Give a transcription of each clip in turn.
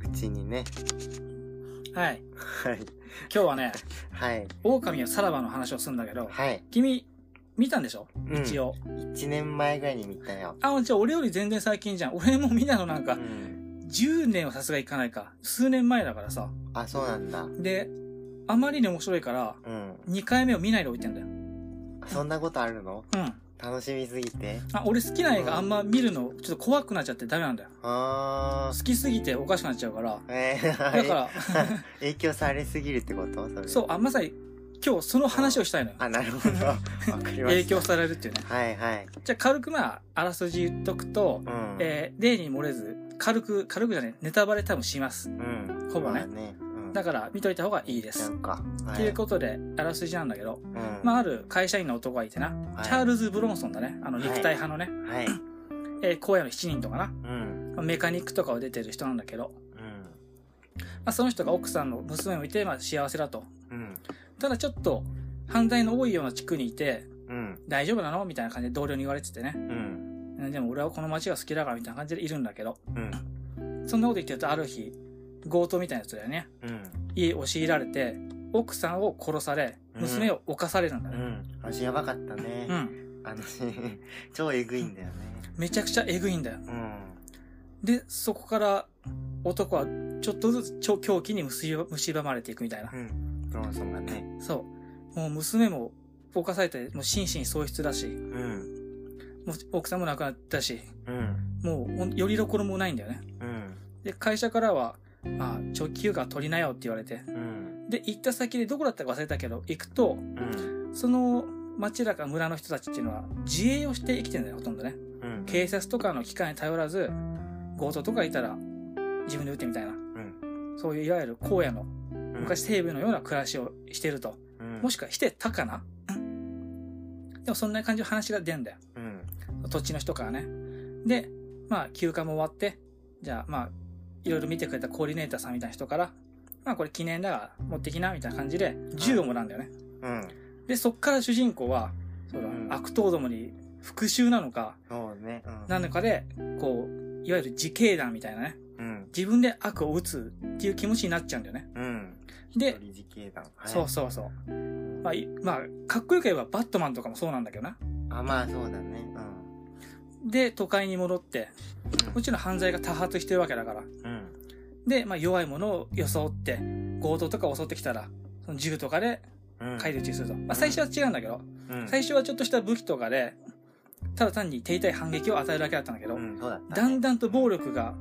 話にね。はい。はい。今日はね、はい。狼やさらばの話をするんだけど、はい。君、見たんでしょうん一応。 1年前ぐらいに見たよ。あ、じゃあ俺より全然最近じゃん。俺もみんなのなんうか、ん。 10年はさすがいかないか。数年前だからさ。あ、そうなんだ。で、あまりに面白いから、うん。 2回目を見ないで置いてんだよ。そんなことあるのうん。楽しみすぎて。あ、俺好きな映画あんま見るの、ちょっと怖くなっちゃってダメなんだよ。あ好きすぎておかしくなっちゃうから。ー。えー、だから影響されすぎるってことそれそう、あ、まさに、今日その話をしたいのよ。あ、なるほど。わかりま影した。響されるっていうね。はいはい。じゃあ軽くまあ、あらすじ言っとくと、うん。えー例に漏れず、軽く、軽くじゃね、ネタバレ多分します。うん。ほぼねまあね。うん。だから見といた方がいいでなす。んか。はっていうことで、あらすじなんだけど、うんまあ、ある会社員の男がいてな、はいチャールズ・ブロンソンだね、あの、はい肉体派のね、はい。えー荒野の7人とかな、うん。メカニックとかを出てる人なんだけど、うん。まあ、その人が奥さんの娘をいて、まあ、幸せだと。うん。ただちょっと、犯罪の多いような地区にいて、うん。大丈夫なのみたいな感じで同僚に言われててね。うん。うんでも俺はこの街が好きだからみたいな感じでいるんだけど、うん。そんなこと言ってるとある日、強盗みたいなやつだよね。うん。家に押し入られて、奥さんを殺され、娘を犯されるんだうね。ん。私やばかったね。うん。あのシーン、 超えぐいんだよね。めちゃくちゃエグいんだよ。うん。で、そこから男はちょっとずつ超狂気に蝕蝕まれていくみたいなう。ん。ロンソンがね。そう。もう娘も犯されて、もう心身喪失だし、うん。もう奥さんも亡くなったし、うん。もうほんよりどころもないんだよね。うん。で、会社からは、まあ、長期休暇取りなよって言われて。うん。で、行った先でどこだったか忘れたけど、行くと、うん。その町だか村の人たちっていうのは自衛をして生きてるんだよ、ほとんどね。うん。警察とかの機関に頼らず、強盗とかいたら自分で撃ってみたいな。そういういわゆる荒野の昔西部のような暮らしをしてると。うん、もしくはしてたかなでもそんな感じの話が出んだよ。うん。土地の人からね。で、まあ休暇も終わって、じゃあまあ、いろいろ見てくれたコーディネーターさんみたいな人から、まあこれ記念だから持ってきな、みたいな感じで銃をもらうんだよね。うん。で、そっから主人公は、そのうん悪党どもに復讐なのか、そうね。うん。何のかで、こう、いわゆる自警団みたいなね、うん。自分で悪を打つっていう気持ちになっちゃうんだよね。うん。で、理事系団。はいそうそうそう。まあ、いまあ、かっこよく言えばバットマンとかもそうなんだけどな。あ、まあそうだね。うん。で、都会に戻って、もちろん犯罪が多発してるわけだから。うん。で、まあ弱いものを装って、強盗とか襲ってきたら、その銃とかでうん。返り討ちにすると。まあ最初は違うんだけど、うん。最初はちょっとした武器とかで、ただ単に手痛い反撃を与えるだけだったんだけどう、ん、そうだったねだんだんと暴力が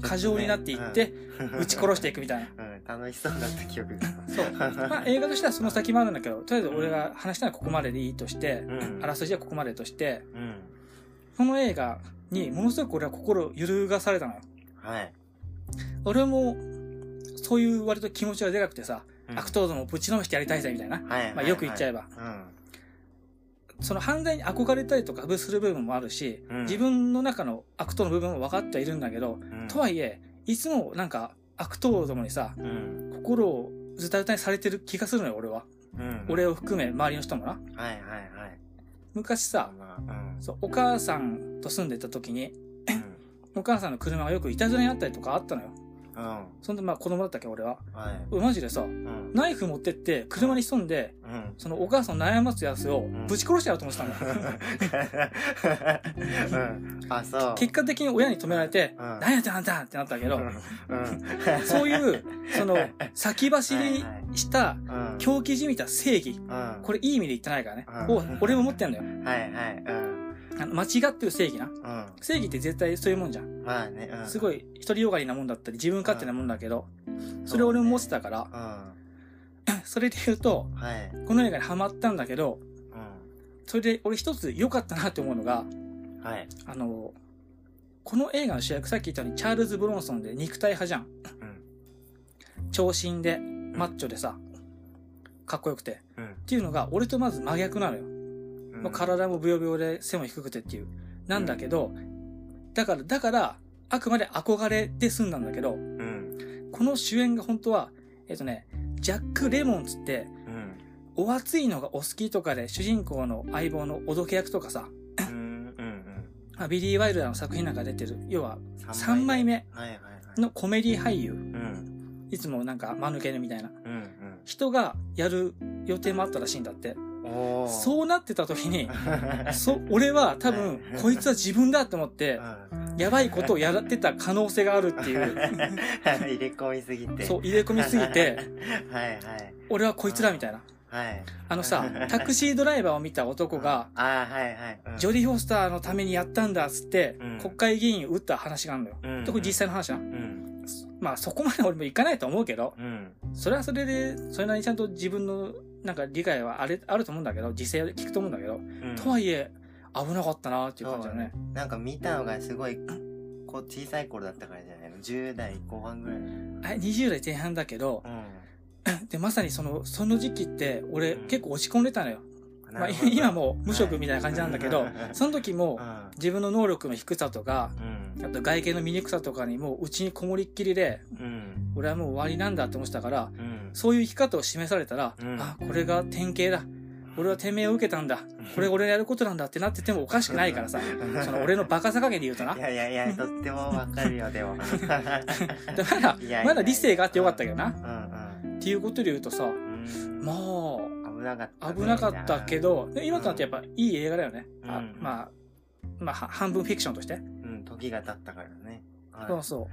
過剰になっていって、撃ち殺していくみたい な。うん、楽しそうだった記憶が。そう まあ映画としてはその先もあるんだけど、とりあえず俺が話したのはここまででいいとして、うんあらすじはここまでとして、うん。この映画にものすごく俺は心を揺るがされたのよ。はい。俺も、そういう割と気持ちがでかくてさ、うん悪党どもをぶちのめしてやりたいぜみたいな。はい。まあよく言っちゃえば。ば。うん。その犯罪に憧れたりとかする部分もあるし、うん自分の中の悪党の部分も分かってはいるんだけど、うんとはいえ、いつもなんか悪党どもにさ、うん。心をずたずたにされてる気がするのよ、俺は。うん。俺を含め周りの人もな。はいはいはい。昔さ、まあ、うん。そう、お母さんと住んでた時に、うん。お母さんの車がよくいたずらにあったりとかあったのよ。うん。そんでまあ子供だったっけ俺は。はい。うわマジでさ、うん。ナイフ持ってって車に潜んで、うん。そのお母さんの悩ますやつをぶち殺してやろうと思ってたのよ。うん。あ、 そう。結果的に親に止められて、うん何やってんのあんたってなったけど、うん。、そういうう、 その、先走りしたうん。狂気じみた正義。うん。これいい意味で言ってないからね。うんを俺も持ってんだよ。はいはい。うん。あの間違ってる正義な。う正義って絶対そういうもんじゃん。ん。まあね、うん。すごい。い独りよがりなもんだったり、自分勝手なもんだけど、それ俺も持ってたからう、ん。それで言うと、はい。この映画にハマったんだけど、うそれで俺一つ良かったなって思うのが、ん。はい。あの、この映画の主役、さっき言ったようにチャールズ・ブロンソンで肉体派じゃん。うん。長身で、マッチョでさ、かっこよくて。っうん。ていうのが、俺とまず真逆なのよ。うんもう。体もブヨブヨで背も低くてっていう。なんだけど、だから、だから、あくまで憧れで済んだんだけど、うん。この主演が本当は、えっとね、ジャック・レモンつって、うん。お熱いのがお好きとかで主人公の相棒のおどけ役とかさ、うん。うん。まあビリー・ワイルダーの作品なんか出てる、要はうん。 3枚目はいはいはい。のコメディ俳優うん。いつもなんか間抜けるみたいなうん人がやる予定もあったらしいんだってうんおーそうなってた時にうそ俺は多分こいつは自分だと思ってんやばいことをやってた可能性があるっていう入れ込みすぎてそう入れ込みすぎてはいはい俺はこいつらみたいなはいあのさタクシードライバーを見た男があーはいはいジョディ・フォスターのためにやったんだっつって、うん国会議員を撃った話があるのよ。うん特に実際の話な。うんまあそこまで俺もいかないと思うけど、うんそれはそれで、それなりにちゃんと自分のなんか理解はあれあると思うんだけど、実際聞くと思うんだけど、うんとはいえ、危なかったなっていう感じだね。なんか見たのがすごいこう小さい頃だったからじゃないの10代後半ぐらいのうんあ20代前半だけど、で、まさにその、その時期って俺うん結構落ち込んでたのよ。まなあるほど今もう無職みたいな感じなんだけどはい、その時もうん自分の能力の低さとか、うんあと外見の醜さとかにもうちにこもりっきりで、うん俺はもう終わりなんだって思ってたから、うんそういう生き方を示されたら、うんあ、これが典型だ。俺は天命を受けたんだ。これ俺がやることなんだってなっててもおかしくないからさ。その俺のバカさ加減で言うとな。 いだやいやいやとってもわかるよ でもからいやいや、まだ理性があってよかったけどな。うんうんっていうことで言うとさ、うんま危なかったあ、ね危なかったけど、で今となってやっぱいい映画だよね。あうんまあ、まあ、は半分フィクションとして。うん時が経ったからねはいそうそ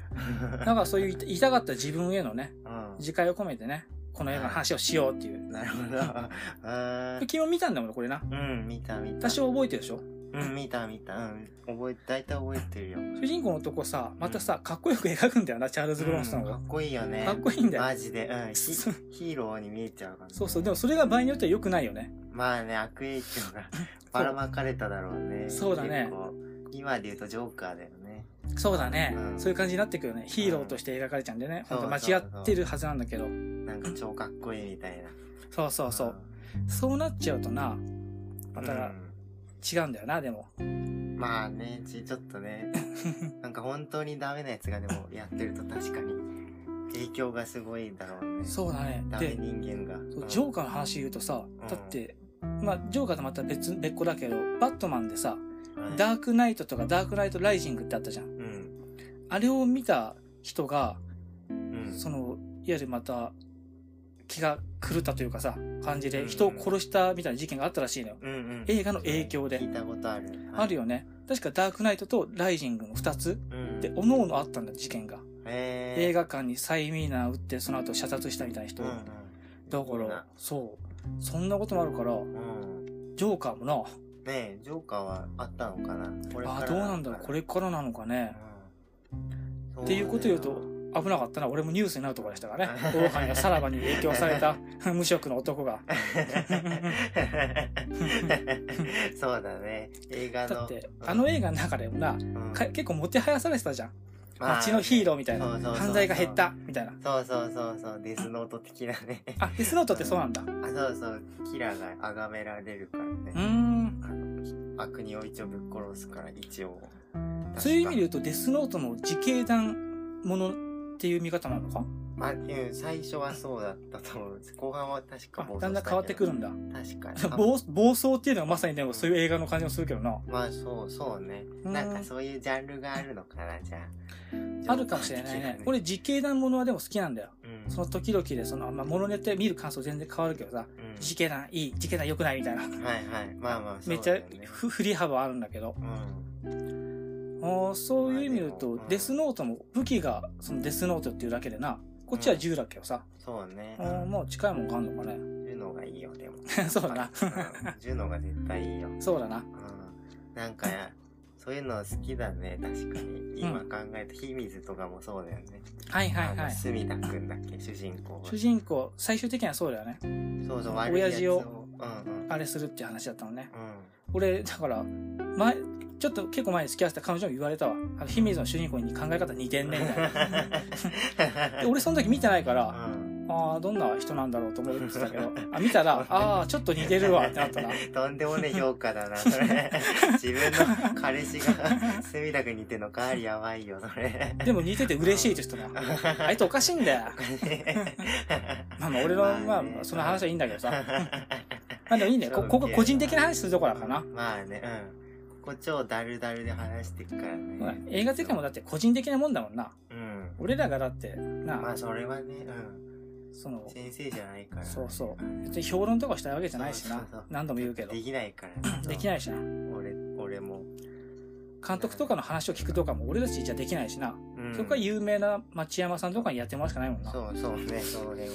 う。だからそういうい痛かった自分へのね、うん自戒を込めてね、この映画の話をしようって いう。なるほどで昨日見たんだもん、これな。 うんうん見た見た多少覚えてるでしょうん見た見たうん覚え大体覚えてるよ主人公のとこさまたさかっこよく描くんだよなチャールズ・ブロンスタンうんがか、っこいいよねかっこいいんだよマジで うんヒそうヒーローに見えちゃうからねそうそうでもそれが場合によっては良くないよねまあね悪影響が ばらまかれただろうねそうだね結構今で言うとジョーカーだよねそうだね、うんそういう感じになってくるよねヒーローとして描かれちゃうんでね、うん本当間違ってるはずなんだけどなんか超かっこいいみたいなそうそうそう、そうなっちゃうとなまたうん違うんだよなでもまあねちちょっと ねなんか本当にダメなやつがでもやってると確かに影響がすごいだろうねそうだねダメで人間がそううんジョーカーの話言うとさだって、まあジョーカーとまた別別個だけどバットマンでさはいダークナイトとかダークナイトライジングってあったじゃんうんあれを見た人がうんその、いわゆるまた、気が狂ったというかさ、感じで、人を殺したみたいな事件があったらしいのよ。うんうん映画の影響で聞いたことあるあるよよね。確かダークナイトとライジングの2つで、おのおのあったんだ、事件が。映映画館にサイミーナー撃って、その後射殺したみたいな人。だから、そう。そんなこともあるから、うんジョーカーもな、ねえジョーカーはあったのかなこれかあらあ、どうなんだろう、これからなのかね。うんっていうこと言うと、危なかったな。俺もニュースになるところでしたから ね。オオカミのさらばに影響された 無職の男が。そうだね映画のだって、あの映画の中でもな、うんか結構もてはやされてたじゃん。まあ街のヒーローみたいな。そうそうそうそう犯罪が減った、みたいな。そうそうそうそうデスノート的なねああ、デスノートってそうなんだ。うそうそうキラーが崇められるからーねん。あの悪人を一応ぶっ殺すから一応そういう意味で言でうと、デスノートの自警団ものっていう見方なのかまあ、うん、最初はそうだったと思う後半は確かあ暴走だんだん変わってくるんだ。したけど確かに 暴暴走っていうのはまさにでもそういう映画の感じもするけどな。まあそうそうねうんなんかそういうジャンルがあるのかなじゃああるかもしれないね。れ、俺、自警団ものはでも好きなんだよ。うんその時々で、その、まあ、ものによって見る感想全然変わるけどさ、うん自警団いい、自警団良くないみたいな。はいはいまあまあそめうっちゃだよねふ振り幅あるんだけど。うんああそういう意味で言うまあとでもうんデスノートも武器がそのデスノートっていうだけでなこっちは銃だけどさ、そうねあーもう近いもんがあんのかねジュノがいいよでも そうだなうんジュノが絶対いいよ そうだなうんなんかそういうの好きだね確かに今考えた秘密とかもそうだよねはいはいあはのい隅田くんだっけ主人公が主人公最終的にはそうだよねそうそう悪いや親つ父をうんうんあれするっていう話だったのねうん俺だから前ちょっと結構前に付き合わせた彼女も言われたわあの姫水の主人公に考え方似て んねみたいなで俺その時見てないからうんああどんな人なんだろうと思ってたけどあ見た らああちょっと似てるわってなったなとんでもねえ評価だな、そ れ。自分の彼氏が 墨田くんに似てんのか、やばいよ、それ。でも似てて嬉しいって人もあいつおかしいんだよまあまあ俺の、まあねその 話はいいんだけどさ。まあでもいいんだよ。こここ個人的な話するとこだからな。まあね、うん。こ超ダルダルで話していくからね。ほら映画世界もだって個人的なもんだもんな。うん。俺らがだって、まな、あそれはね、うん。その、先生じゃないから、ね。そうそううん。別に評論とかしたいわけじゃないしそなうそうそう。何度も言うけど。。できないから、ね。できないいしな。俺、俺も。監督とかの話を聞くとかも俺たちじゃできないしな。うんそこは有名な町山さんとかにやってもらうしかないもんな。そうそうね、そうね。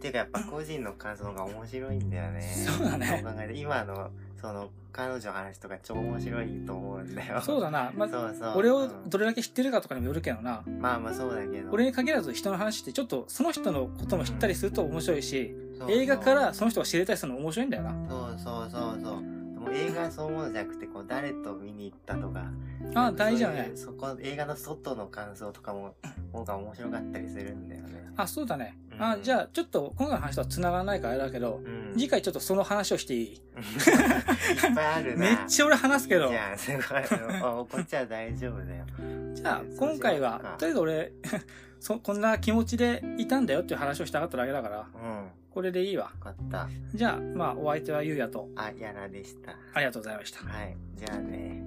てかやっぱ個人の感想の方が面白いんだよね。そうだねそう考えて、今の、その、彼女の話とか超面白いと思うんだよ。そうだな。まあ、そうそう。俺うをんどれだけ知ってるかとかにもよるけどな。まあまあそうだけど。俺に限らず人の話ってちょっとその人のことも知ったりすると面白いし、そうそう映画からその人が知れたりするの面白いんだよな。そうそうそうそう。でも映画はそういうものじゃなくて、こう、誰と見に行ったとか。あ、大事だそうね。いうそこ、映画の外の感想とかも、方が面白かったりするんだよね。あ、そうだね。うんあ、じゃあちょっと今回の話とは繋がらないからあれだけど、うん。次回ちょっとその話をしていいいっぱいあるな。めっちゃ俺話すけどいいじ。ゃん、すごい。あ怒っちゃ大丈夫だよ。じゃあ今そう回しよはう、かとりあえず俺、 そ、こんな気持ちでいたんだよっていう話をしたかっただけだから、うん。よこれでいいわ。かった。じゃあ、まあお相手はゆうやと、あ、やらでした。ありがとうございました。はい。じゃあね。